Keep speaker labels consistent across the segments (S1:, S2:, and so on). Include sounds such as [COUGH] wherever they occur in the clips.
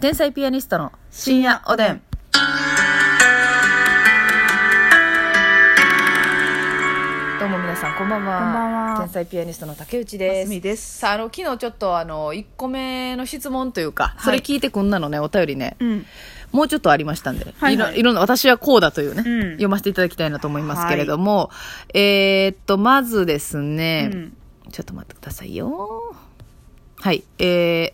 S1: 天才ピアニストの
S2: 深夜おでん。
S1: どうも皆さんこんばんは
S2: こんばんは
S1: 天才ピアニストの竹内
S2: ます
S1: です
S2: みです。
S1: さああの昨日ちょっとあの1個目の質問というか、
S2: い
S1: それ聞いてこんなのねお便りね、
S2: うん。
S1: もうちょっとありましたんで、
S2: はい
S1: い
S2: はい
S1: ろいろんな私はこうだというね、
S2: うん
S1: 読ませていただきたいなと思いますけれども、えーっとまずですね、
S2: うん
S1: ちょっと待ってくださいよはいえー、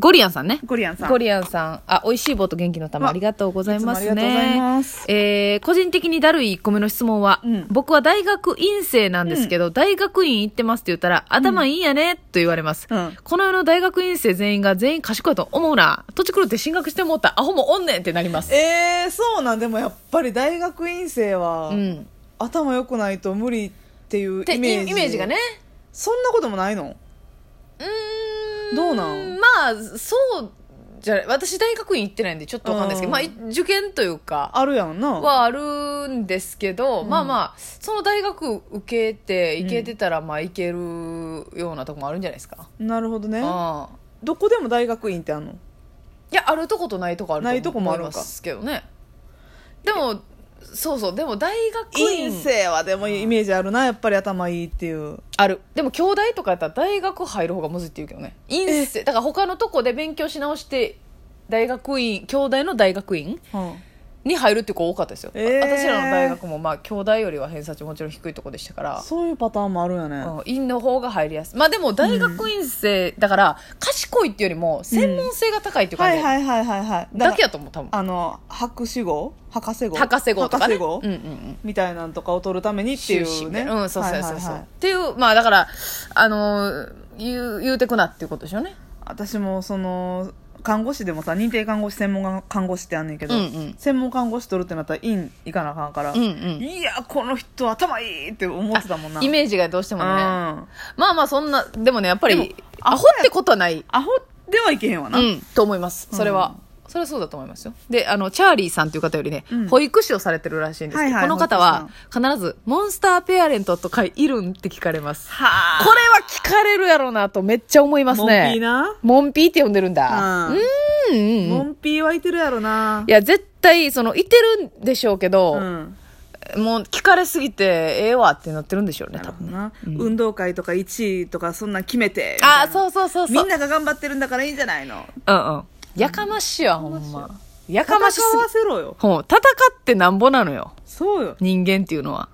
S1: ゴリアンさんね
S2: ゴリアンさん。
S1: ゴリアンさん、あ、美味しい棒と元気の玉、
S2: わ
S1: ありがとうございますね。
S2: いつもありがとうございます
S1: えー個人的にだるい1個目の質問は、
S2: うん
S1: 僕は大学院生なんですけど、大学院行ってますって言ったら、頭いいんやね、と言われます。
S2: うん
S1: この世の大学院生全員が全員賢いと思うな。土地狂って進学してもうた、アホもおんねんってなります。
S2: えー、そうなんでもやっぱり大学院生は、
S1: うん。っ
S2: 頭良くないと無理っていう
S1: て
S2: イメージ。
S1: イメージがね。。
S2: そんなこともない
S1: う
S2: の
S1: ーん
S2: どうなん
S1: まあ、そうじゃない、私大学院行ってないんでちょっとわかんないですけど、
S2: うん
S1: まあ、い受験というか、
S2: あるやんな。
S1: はあるんですけど、まあまあその大学受けて行けてたらまあ行けるようなとこもあるんじゃないですか、
S2: なるほどね。
S1: ああ
S2: どこでも大学院ってあんの
S1: いやあるとことないとこあると思う
S2: ないとこもあるんか
S1: 思いますけどねでもそうそうでも大学
S2: 院
S1: 院
S2: 生はでもイメージあるな、やっぱり頭いいっていう。
S1: あるでも兄弟とかやったら大学入る方がむずいって言うけどね院生だから他のとこで勉強し直して大学院兄弟の大学院
S2: うん。
S1: に入るって子多かったですよ、
S2: えー
S1: 私らの大学もまあ兄弟よりは偏差値もちろん低いとこでしたから
S2: そういうパターンもあるよね。
S1: うん院の方が入りやすいまあでも大学院生、だから賢いっていうよりも専門性が高いっていう
S2: は
S1: 感
S2: い
S1: じ、
S2: はいはいはいはい。
S1: だけ
S2: や
S1: やと思う多分
S2: あの、博士号博士号
S1: 博士号とかね
S2: 博士号
S1: うんうんうん
S2: みたいなんとかを取るためにってい
S1: 修士
S2: う
S1: みたい
S2: ね。
S1: なうんそうそうそうそう、
S2: はいはいはい
S1: っていうまあだからあのー言う言うてくなっていうことでしょうね
S2: 私もその看護師でもさ認定看護師専門看護師ってあんねんけど、
S1: うんうん
S2: 専門看護師取るってなったら院行かなあかんから、
S1: うんうん
S2: いやこの人頭いいって思ってたもんな
S1: イ
S2: ー
S1: メージがどうしてもね
S2: うん
S1: まあまあそんなでもねやっぱ
S2: で
S1: り
S2: も
S1: アホってことはない
S2: アホではいけへんわな、
S1: うん、と思いますそれは、それはそうだと思いますよであのチャーリーさんという方よりね、保育士をされてるらしいんですけど、
S2: はいはい
S1: この方は必ず「モンスターペアレントとかいるん?」って聞かれますこれ
S2: はあ
S1: は聞かれるやろうなとめっちゃ思いますね
S2: モンピーな
S1: モンピーって呼んでるんだ
S2: う
S1: うんう
S2: ん
S1: んうん
S2: モンピーはいてるやろない
S1: や絶対そのいてるんでしょうけ
S2: う
S1: ど、
S2: ん
S1: もう聞かれすぎてええわってなってるんでしょうね
S2: な
S1: 多
S2: るほ
S1: 分
S2: ど
S1: ね
S2: な、運動会とか1位とかそんなん決めてみたいな
S1: ああそうそうそうそう
S2: みんなが頑張ってるんだからいいんじゃないの
S1: うんうんやかましいわほんまやかましす
S2: 戦
S1: ぎ
S2: わせろよ
S1: ほう戦ってなんぼなのよ
S2: そうよ
S1: 人間っていうのは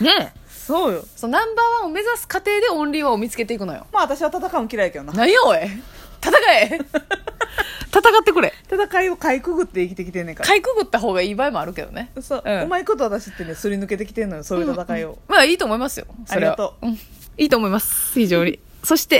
S1: ねえ
S2: そうよ
S1: そのナンバーワンを目指す過程でオンリーワンを見つけていくのよ
S2: まあ私は戦うの嫌いやけどな
S1: 何やおい [LAUGHS] 戦え戦ってくれ
S2: 戦いをかいくぐって生きてきてんねんから
S1: かいくぐった方がいい場合もあるけどね
S2: そう、う
S1: うん
S2: まいこと私ってねすり抜けてきてんのよそういう戦いを、
S1: まあいいと思いますよ。それは
S2: ありがと
S1: うん。いいと思います。非常に。そして、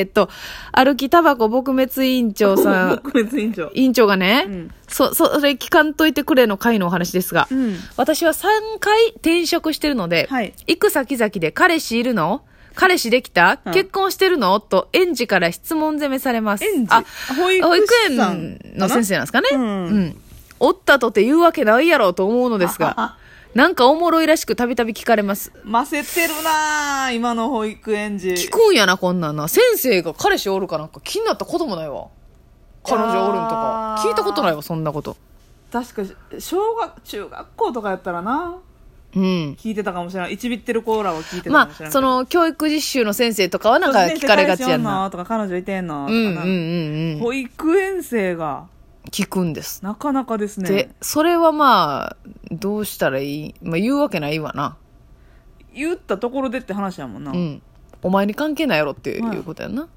S1: えーっと、歩きタバコ撲滅委員長 [LAUGHS] さん、
S2: 撲滅委員長
S1: 委員長がね、
S2: うん
S1: そ、それ聞かんといてくれの回のお話ですが、
S2: うん
S1: 私は3回転職してるので、
S2: はい
S1: 行く先々で彼氏いるの彼氏できた、
S2: うん
S1: 結婚してるのと園児から質問攻めされます。
S2: 園児
S1: あ、
S2: 保育
S1: 保育
S2: 士
S1: 園
S2: さん
S1: の先生なんですかね。
S2: うん
S1: おったとて言うわけないやろうと思うのですが、なんかおもろいらしくたびたび聞かれます。
S2: ませてるなあ今の保育園児
S1: 聞くんやな、こんなんな。先生が彼氏おるかなんか気になったこともないわ。彼女おるんとか。
S2: いやー
S1: 聞いたことないわ、そんなこと。
S2: 確か小学中学校とかやったらな
S1: うん。
S2: 聞いてたかもしれないいちびってるコーラは聞いてたか
S1: ま
S2: もしれない
S1: あ、その、教育実習の先生とかはなんか聞かれがちやんな。
S2: とか彼女いてんの
S1: う
S2: と
S1: んうん
S2: か
S1: う
S2: な、
S1: んうん。
S2: 保育園生が
S1: 聞くんです。
S2: なかなかですね
S1: で、それはまあ、どうしたらいいまあ、言うわけないわな。
S2: 言ったところでって話やもんな、
S1: うん。お前に関係ないやろっていうことやんな。はっ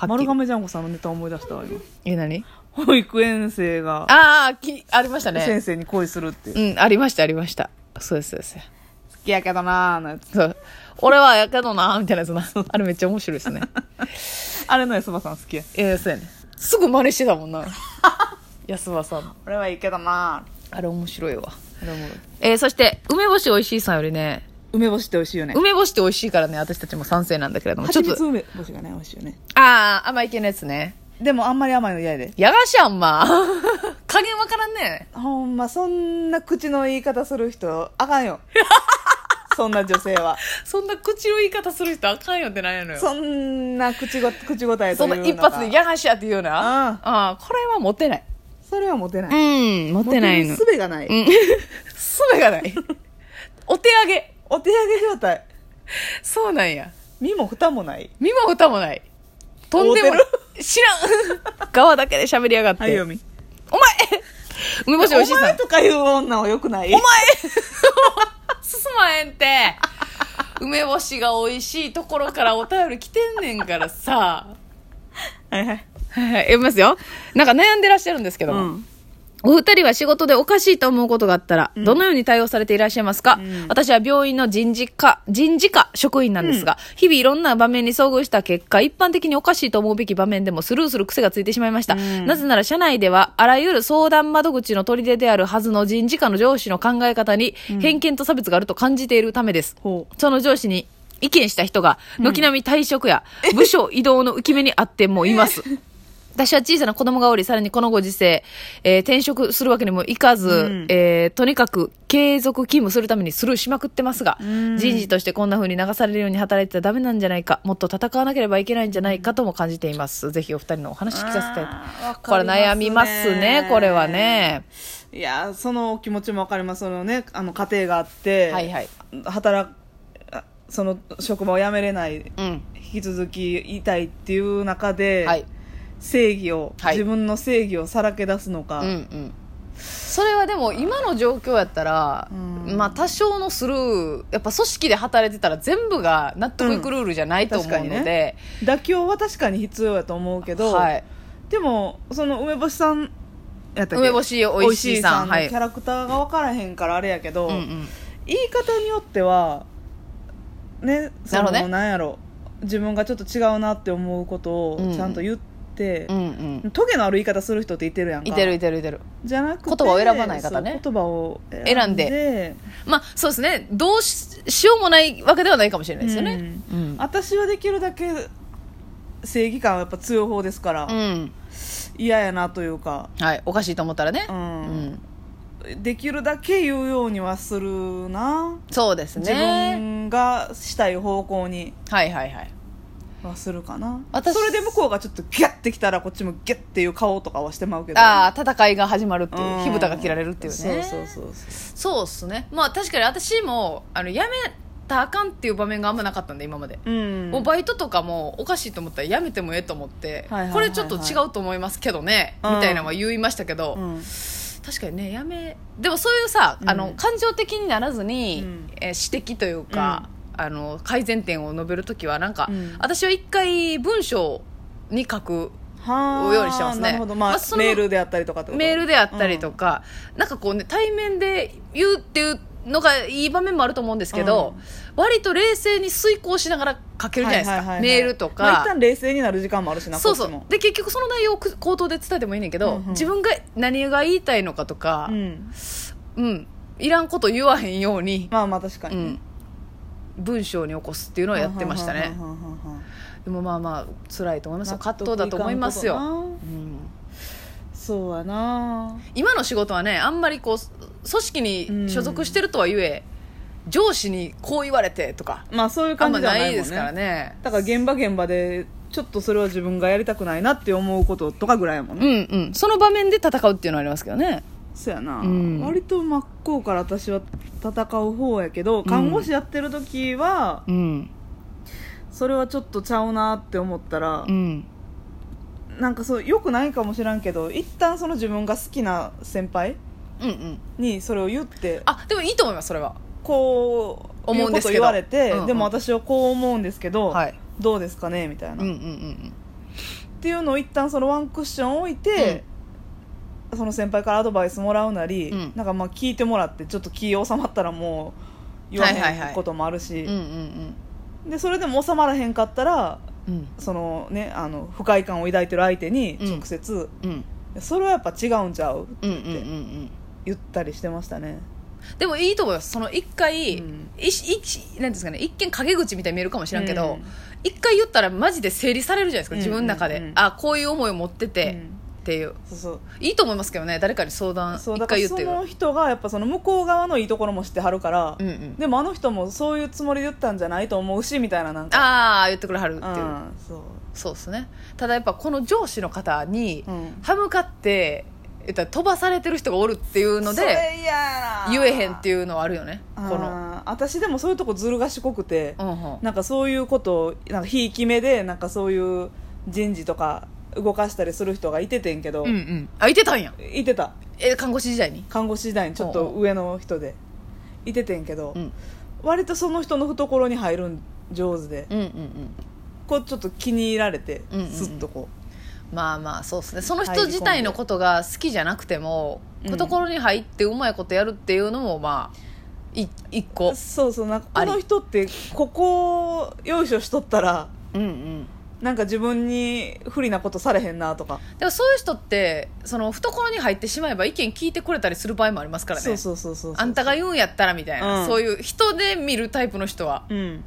S1: き
S2: 丸
S1: り。
S2: 亀ジャンコさんのネタ思い出したわ今
S1: え、何
S2: 保育園生が
S1: ああ、き、ありましたね
S2: 先。生に恋するっていう、好
S1: うん、ありました、ありました。そうです、そうです。
S2: きやけどなーのやつ
S1: そう。俺はやけどな、みたいなやつな。あれめっちゃ面白い [LAUGHS] ですね。
S2: あれの安ばさん好きや
S1: ええ、そうやね。すぐ真似してたもんな。 [LAUGHS] 安葉さんの。
S2: 俺はいいけどな
S1: あれ面白いわ。
S2: ー
S1: えー、そして、梅干し美味しいさんよりね、
S2: 梅干しって美味しいよね
S1: 梅干しって美味しいからね、私たちも賛成なんだけれども、ち
S2: 蜂
S1: ょっと
S2: 蜜、梅干しがね美味しいよね
S1: ああ、甘い系のやつね。
S2: でもあんまり甘いの嫌やで
S1: やがしあ [LAUGHS] んま。加減わからんね。
S2: [LAUGHS] ほんまそんな口の言い方する人あかんよそんな女性は
S1: そんな口の言い方する人あかんよってなんやのよ
S2: そんな口ご口答え
S1: そ
S2: と
S1: ん
S2: いう
S1: な
S2: のが
S1: 一発で「やがしや」って言うな
S2: あ
S1: ああこれはモテない
S2: それはモテない
S1: うんモテないの
S2: モテる術がない、
S1: うんすべがないお手上げ
S2: お手上げ状態
S1: そうなんや
S2: 身も蓋もない
S1: 身も蓋もないとんでも
S2: 合う
S1: 知
S2: [LAUGHS]
S1: らん側だけで喋りやがって、お前
S2: み
S1: 梅干し美味しい
S2: お
S1: さん
S2: 前とかいう女はよくないお前
S1: [LAUGHS] 進まへんって梅干しが美味しいところからお便り来てんねんからさ
S2: はいはい
S1: はいはい読みますよなんか悩んでらっしゃるんですけど
S2: う
S1: も、
S2: ん
S1: お二人は仕事でおかしいと思うことがあったら、どのように対応されていらっしゃいますか、
S2: ん
S1: 私は病院の人事課、人事課職員なんですが、日々いろんな場面に遭遇した結果、一般的におかしいと思うべき場面でもスルーする癖がついてしまいました。
S2: うん
S1: なぜなら社内では、あらゆる相談窓口の砦であるはずの人事課の上司の考え方に、偏見と差別があると感じているためです。
S2: ほう
S1: その上司に意見した人が、軒並み退職や、部署移動の浮き目にあってもいます。 [LAUGHS] 私は小さな子供がおり、さらにこのご時世、えー転職するわけにもいかず、
S2: うん
S1: えーとにかく継続勤務するためにスルーしまくってますが、
S2: ん
S1: 人事としてこんな風に流されるように働いてたらダメなんじゃないか、もっと戦わなければいけないんじゃないかとも感じています。ぜひお二人のお話聞かせて。
S2: あー
S1: これ悩みますね、これはね。
S2: いやーそのお気持ちもわかりますそのねあの家庭があって、
S1: はいはい。
S2: 働くあその職場を辞めれない
S1: うん。
S2: 引き続きいたいっていう中で、
S1: はい。
S2: 正義を、
S1: はい
S2: 自分の正義をさらけ出すのか、
S1: うんうん、それはでも今の状況やったら、
S2: うん
S1: まあ多少のスルーやっぱ組織で働いてたら全部が納得いくルールじゃないと思うの
S2: うん確かに
S1: で、
S2: 妥協は確かに必要やと思うけど、
S1: はい、
S2: でもその梅干しさんやったっけ
S1: 梅干しおいしいさん
S2: お
S1: は
S2: の
S1: い
S2: キャラクターが分からへんからあれやけど、
S1: うんうん、
S2: 言い方によってはねそ
S1: なる
S2: の
S1: ほどね
S2: なんやろ自分がちょっと違うなって思うこと
S1: うんう
S2: を
S1: ん
S2: ちゃんと言って
S1: う、んうん
S2: トゲのある言い方する人っていてるやんか
S1: いてるいてるいてる
S2: じゃなくて
S1: 言葉を選ばない方ね
S2: そう言葉を
S1: 選ん
S2: で
S1: まあそうですねどうししようもないわけではないかもしれないですよねうん、うん
S2: 私はできるだけ正義感はやっぱ強い方ですから嫌、やなというか、
S1: はい、おかしいと思ったらね
S2: う、
S1: うん
S2: んできるだけ言うようにはするな、
S1: そうです
S2: 自
S1: ね
S2: 分がしたい方向に
S1: はいはいはい
S2: はするかな
S1: 私
S2: それで向こうがちょっとギャッてきたらこっちもギャッていう顔とかはしてまうけど
S1: ああ戦いが始まるっていう
S2: うん
S1: 火蓋が切られるっていうね
S2: そうそうそうそ
S1: そうっすねまあ確かに私もあの辞めたらあかんっていう場面があんまなかったんで今まで、
S2: ううん
S1: もうバイトとかもおかしいと思ったら辞めてもええと思って、
S2: はいはいはいはい
S1: これちょっと違うと思いますけどね、
S2: うん
S1: みたいなのは言いましたけど、
S2: うん
S1: 確かにね辞めでもそういうさ、
S2: うん
S1: あの感情的にならずに、
S2: うん
S1: えー指摘というか、あの改善点を述べるときはなんか、
S2: うん
S1: 私は一回文章に書く
S2: はあ
S1: ようにしてますね
S2: なるほど、まあ
S1: まあその
S2: メールであったりとかってこと
S1: メールであったりとか、なんかこうね対面で言うっていうのがいい場面もあると思うんですけど、割と冷静に遂行しながら書けるじゃないですか、
S2: はははは
S1: メールとか、
S2: まあ、一旦冷静になる時間もあるしな
S1: そう
S2: こっ
S1: そ
S2: ちも
S1: うで結局その内容を口頭で伝えてもいいねんけど、
S2: うんうん
S1: 自分が何が言いたいのかとか
S2: う、ん、
S1: うんいらんこと言わへんように、
S2: まあまあ確かに、
S1: うん、文章に起こすっていうのをやってましたね、
S2: はんはんはんはんはんはん
S1: でもまあまあ辛いと思いますよ
S2: 納
S1: 葛
S2: 得
S1: 藤だと思います
S2: か
S1: よ、
S2: んことな
S1: うん、
S2: そうやな
S1: 今の仕事はねあんまりこう組織に所属してるとはいえ、上司にこう言われてとか
S2: まあそういう
S1: あん
S2: 感
S1: ま
S2: じじゃない
S1: な
S2: もん
S1: い
S2: ね
S1: ですからね
S2: だから現場現場でちょっとそれは自分がやりたくないなって思うこととかぐらいやもんね
S1: うんうんその場面で戦うっていうのはありますけどね
S2: そうやな、
S1: うん
S2: 割と真っ向から私は戦う方やけど看護師やってる時は、
S1: うん
S2: それはちょっとちゃうなって思ったら
S1: う、ん
S2: なんかそうよくないかもしらんけど一旦その自分が好きな先輩
S1: うんうん
S2: にそれを言って
S1: あでもいいと思いますそれは
S2: こう
S1: 思うんですけど
S2: いうこと言われて、
S1: うんうん
S2: でも私はこう思うんですけど、
S1: はい
S2: どうですかねみたいな、
S1: うんうん
S2: っ
S1: うん
S2: ていうのを一旦そのワンクッション置いて、その先輩からアドバイスもらうなり、
S1: うん
S2: なんかまあ聞いてもらってちょっと気収まったらもう言わ
S1: はいはいは
S2: へ
S1: い
S2: んこともあるし、
S1: うんうんうん
S2: でそれでも収まらへんかったら
S1: うん
S2: そのねあの不快感を抱いてる相手に
S1: うん
S2: 直接、
S1: うん
S2: それはやっぱ違うんちゃう
S1: うんうんうんうん
S2: 言ったりしてましたね
S1: でもいいと思いますその一回、
S2: うん
S1: いしいしなんていうんですかね一見陰口みたいに見えるかもしれんけど、
S2: うん
S1: 一回言ったらマジで整理されるじゃないですか自分の中で、
S2: うんうんうん
S1: あこういう思いを持ってて、
S2: うん
S1: っていう
S2: そうそう
S1: いいと思いますけどね誰かに相談
S2: そう
S1: 一
S2: だか
S1: 回言
S2: ら
S1: っ
S2: そ
S1: てよ
S2: の人がやっぱその向こう側のいいところも知ってはるから、
S1: うんうん
S2: でもあの人もそういうつもりで言ったんじゃないと思うしみたいななんか
S1: ああ言ってくれはるっていう、
S2: うんそう
S1: そうですねただやっぱこの上司の方に
S2: うん
S1: 歯向かって、えっと、飛ばされてる人がおるっていうの
S2: そ
S1: で
S2: れ嫌やな
S1: 言えへんって
S2: いう
S1: いうのはあるよねこの、
S2: 私でもそういうとこずる賢くて、
S1: うんうん、
S2: なんかそういうことをなんかひいき目でなんかそういう人事とか動かしたりする人がいててんけど、
S1: うんうんあいてたんや
S2: いてた
S1: え看護師時代に
S2: 看護師時代にちょっと上の人でいててんけど、
S1: うん
S2: 割とその人の懐に入るん上手で
S1: うんうんうん
S2: こうちょっと気に入られて
S1: うんうんうん
S2: スッとこ
S1: まあまあそうですねその
S2: 入り込
S1: 人
S2: んで
S1: 自体のことが好きじゃなくても、
S2: うん
S1: 懐に入ってうまいことやるっていうのもまあい一個
S2: うそうそうなんか
S1: あ
S2: こ
S1: り
S2: の人ってここをよいしょしとったら
S1: うんうん
S2: なんか自分に不利なことされへんなとか
S1: でもそういう人ってその懐に入ってしまえば意見聞いてくれたりする場合もありますからね
S2: そうそうそうそうそう
S1: あんたが言うんやったらみたいな、
S2: うん
S1: そういう人で見るタイプの人は、
S2: うん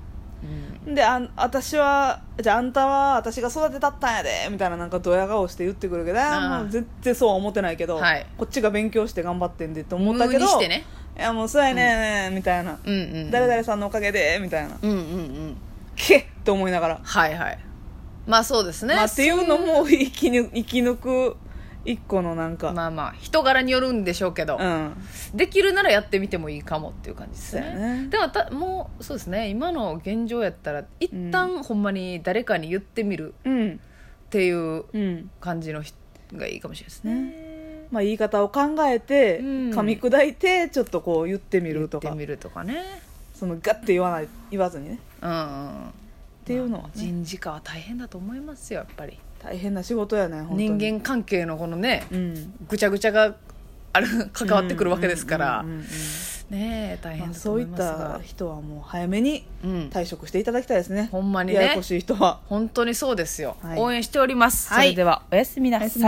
S2: であん私はじゃああんたは私が育てたったんやでみたいななんかドヤ顔して言ってくるけど
S1: あー
S2: もう絶対そうは思ってないけど、
S1: はい
S2: こっちが勉強して頑張ってんでって思
S1: 無
S2: ったけ
S1: に
S2: ど
S1: してね
S2: いやもうそうやね、みたいな、
S1: うんうんうん
S2: 誰々さんのおかげでみたいな
S1: うんうんうん
S2: けっと思いながら、
S1: はいはいまあそうですね、
S2: まあ、っていうのも生きぬ生き抜く一個のなんか、
S1: まあまあ人柄によるんでしょうけど、
S2: うん
S1: できるならやってみてもいいかもっていう感じですね
S2: そうやね
S1: でもたもうそうですね今の現状やったら一旦ほんまに誰かに言ってみる
S2: うん
S1: っていう
S2: うん
S1: 感じの人がいいかもしれないですね
S2: まあ、言い方を考えて、
S1: うん
S2: 噛み砕いてちょっとこう言ってみ
S1: 言っ
S2: ると
S1: て
S2: か
S1: みるとかね
S2: そのガッて言わない言わずにね
S1: うんうんっ
S2: っていうのはね
S1: 人事課は大変だと思いますよやっぱり
S2: 大変な仕事やね本当に
S1: 人間関係のこのね
S2: うん
S1: ぐちゃぐちゃがある関わってくるわけですから
S2: うんうんうんうん
S1: ねえ大変
S2: まあ、
S1: だと
S2: そう
S1: 思い
S2: いっ
S1: ますが
S2: た人はもう早めに
S1: うん
S2: 退職していただきたいですね
S1: ほんまにね
S2: ややこしい人は
S1: 本当にそうですよ
S2: はい
S1: 応援しておりますそ
S2: はい
S1: れではおやすみな
S2: おやす
S1: さ
S2: みないさい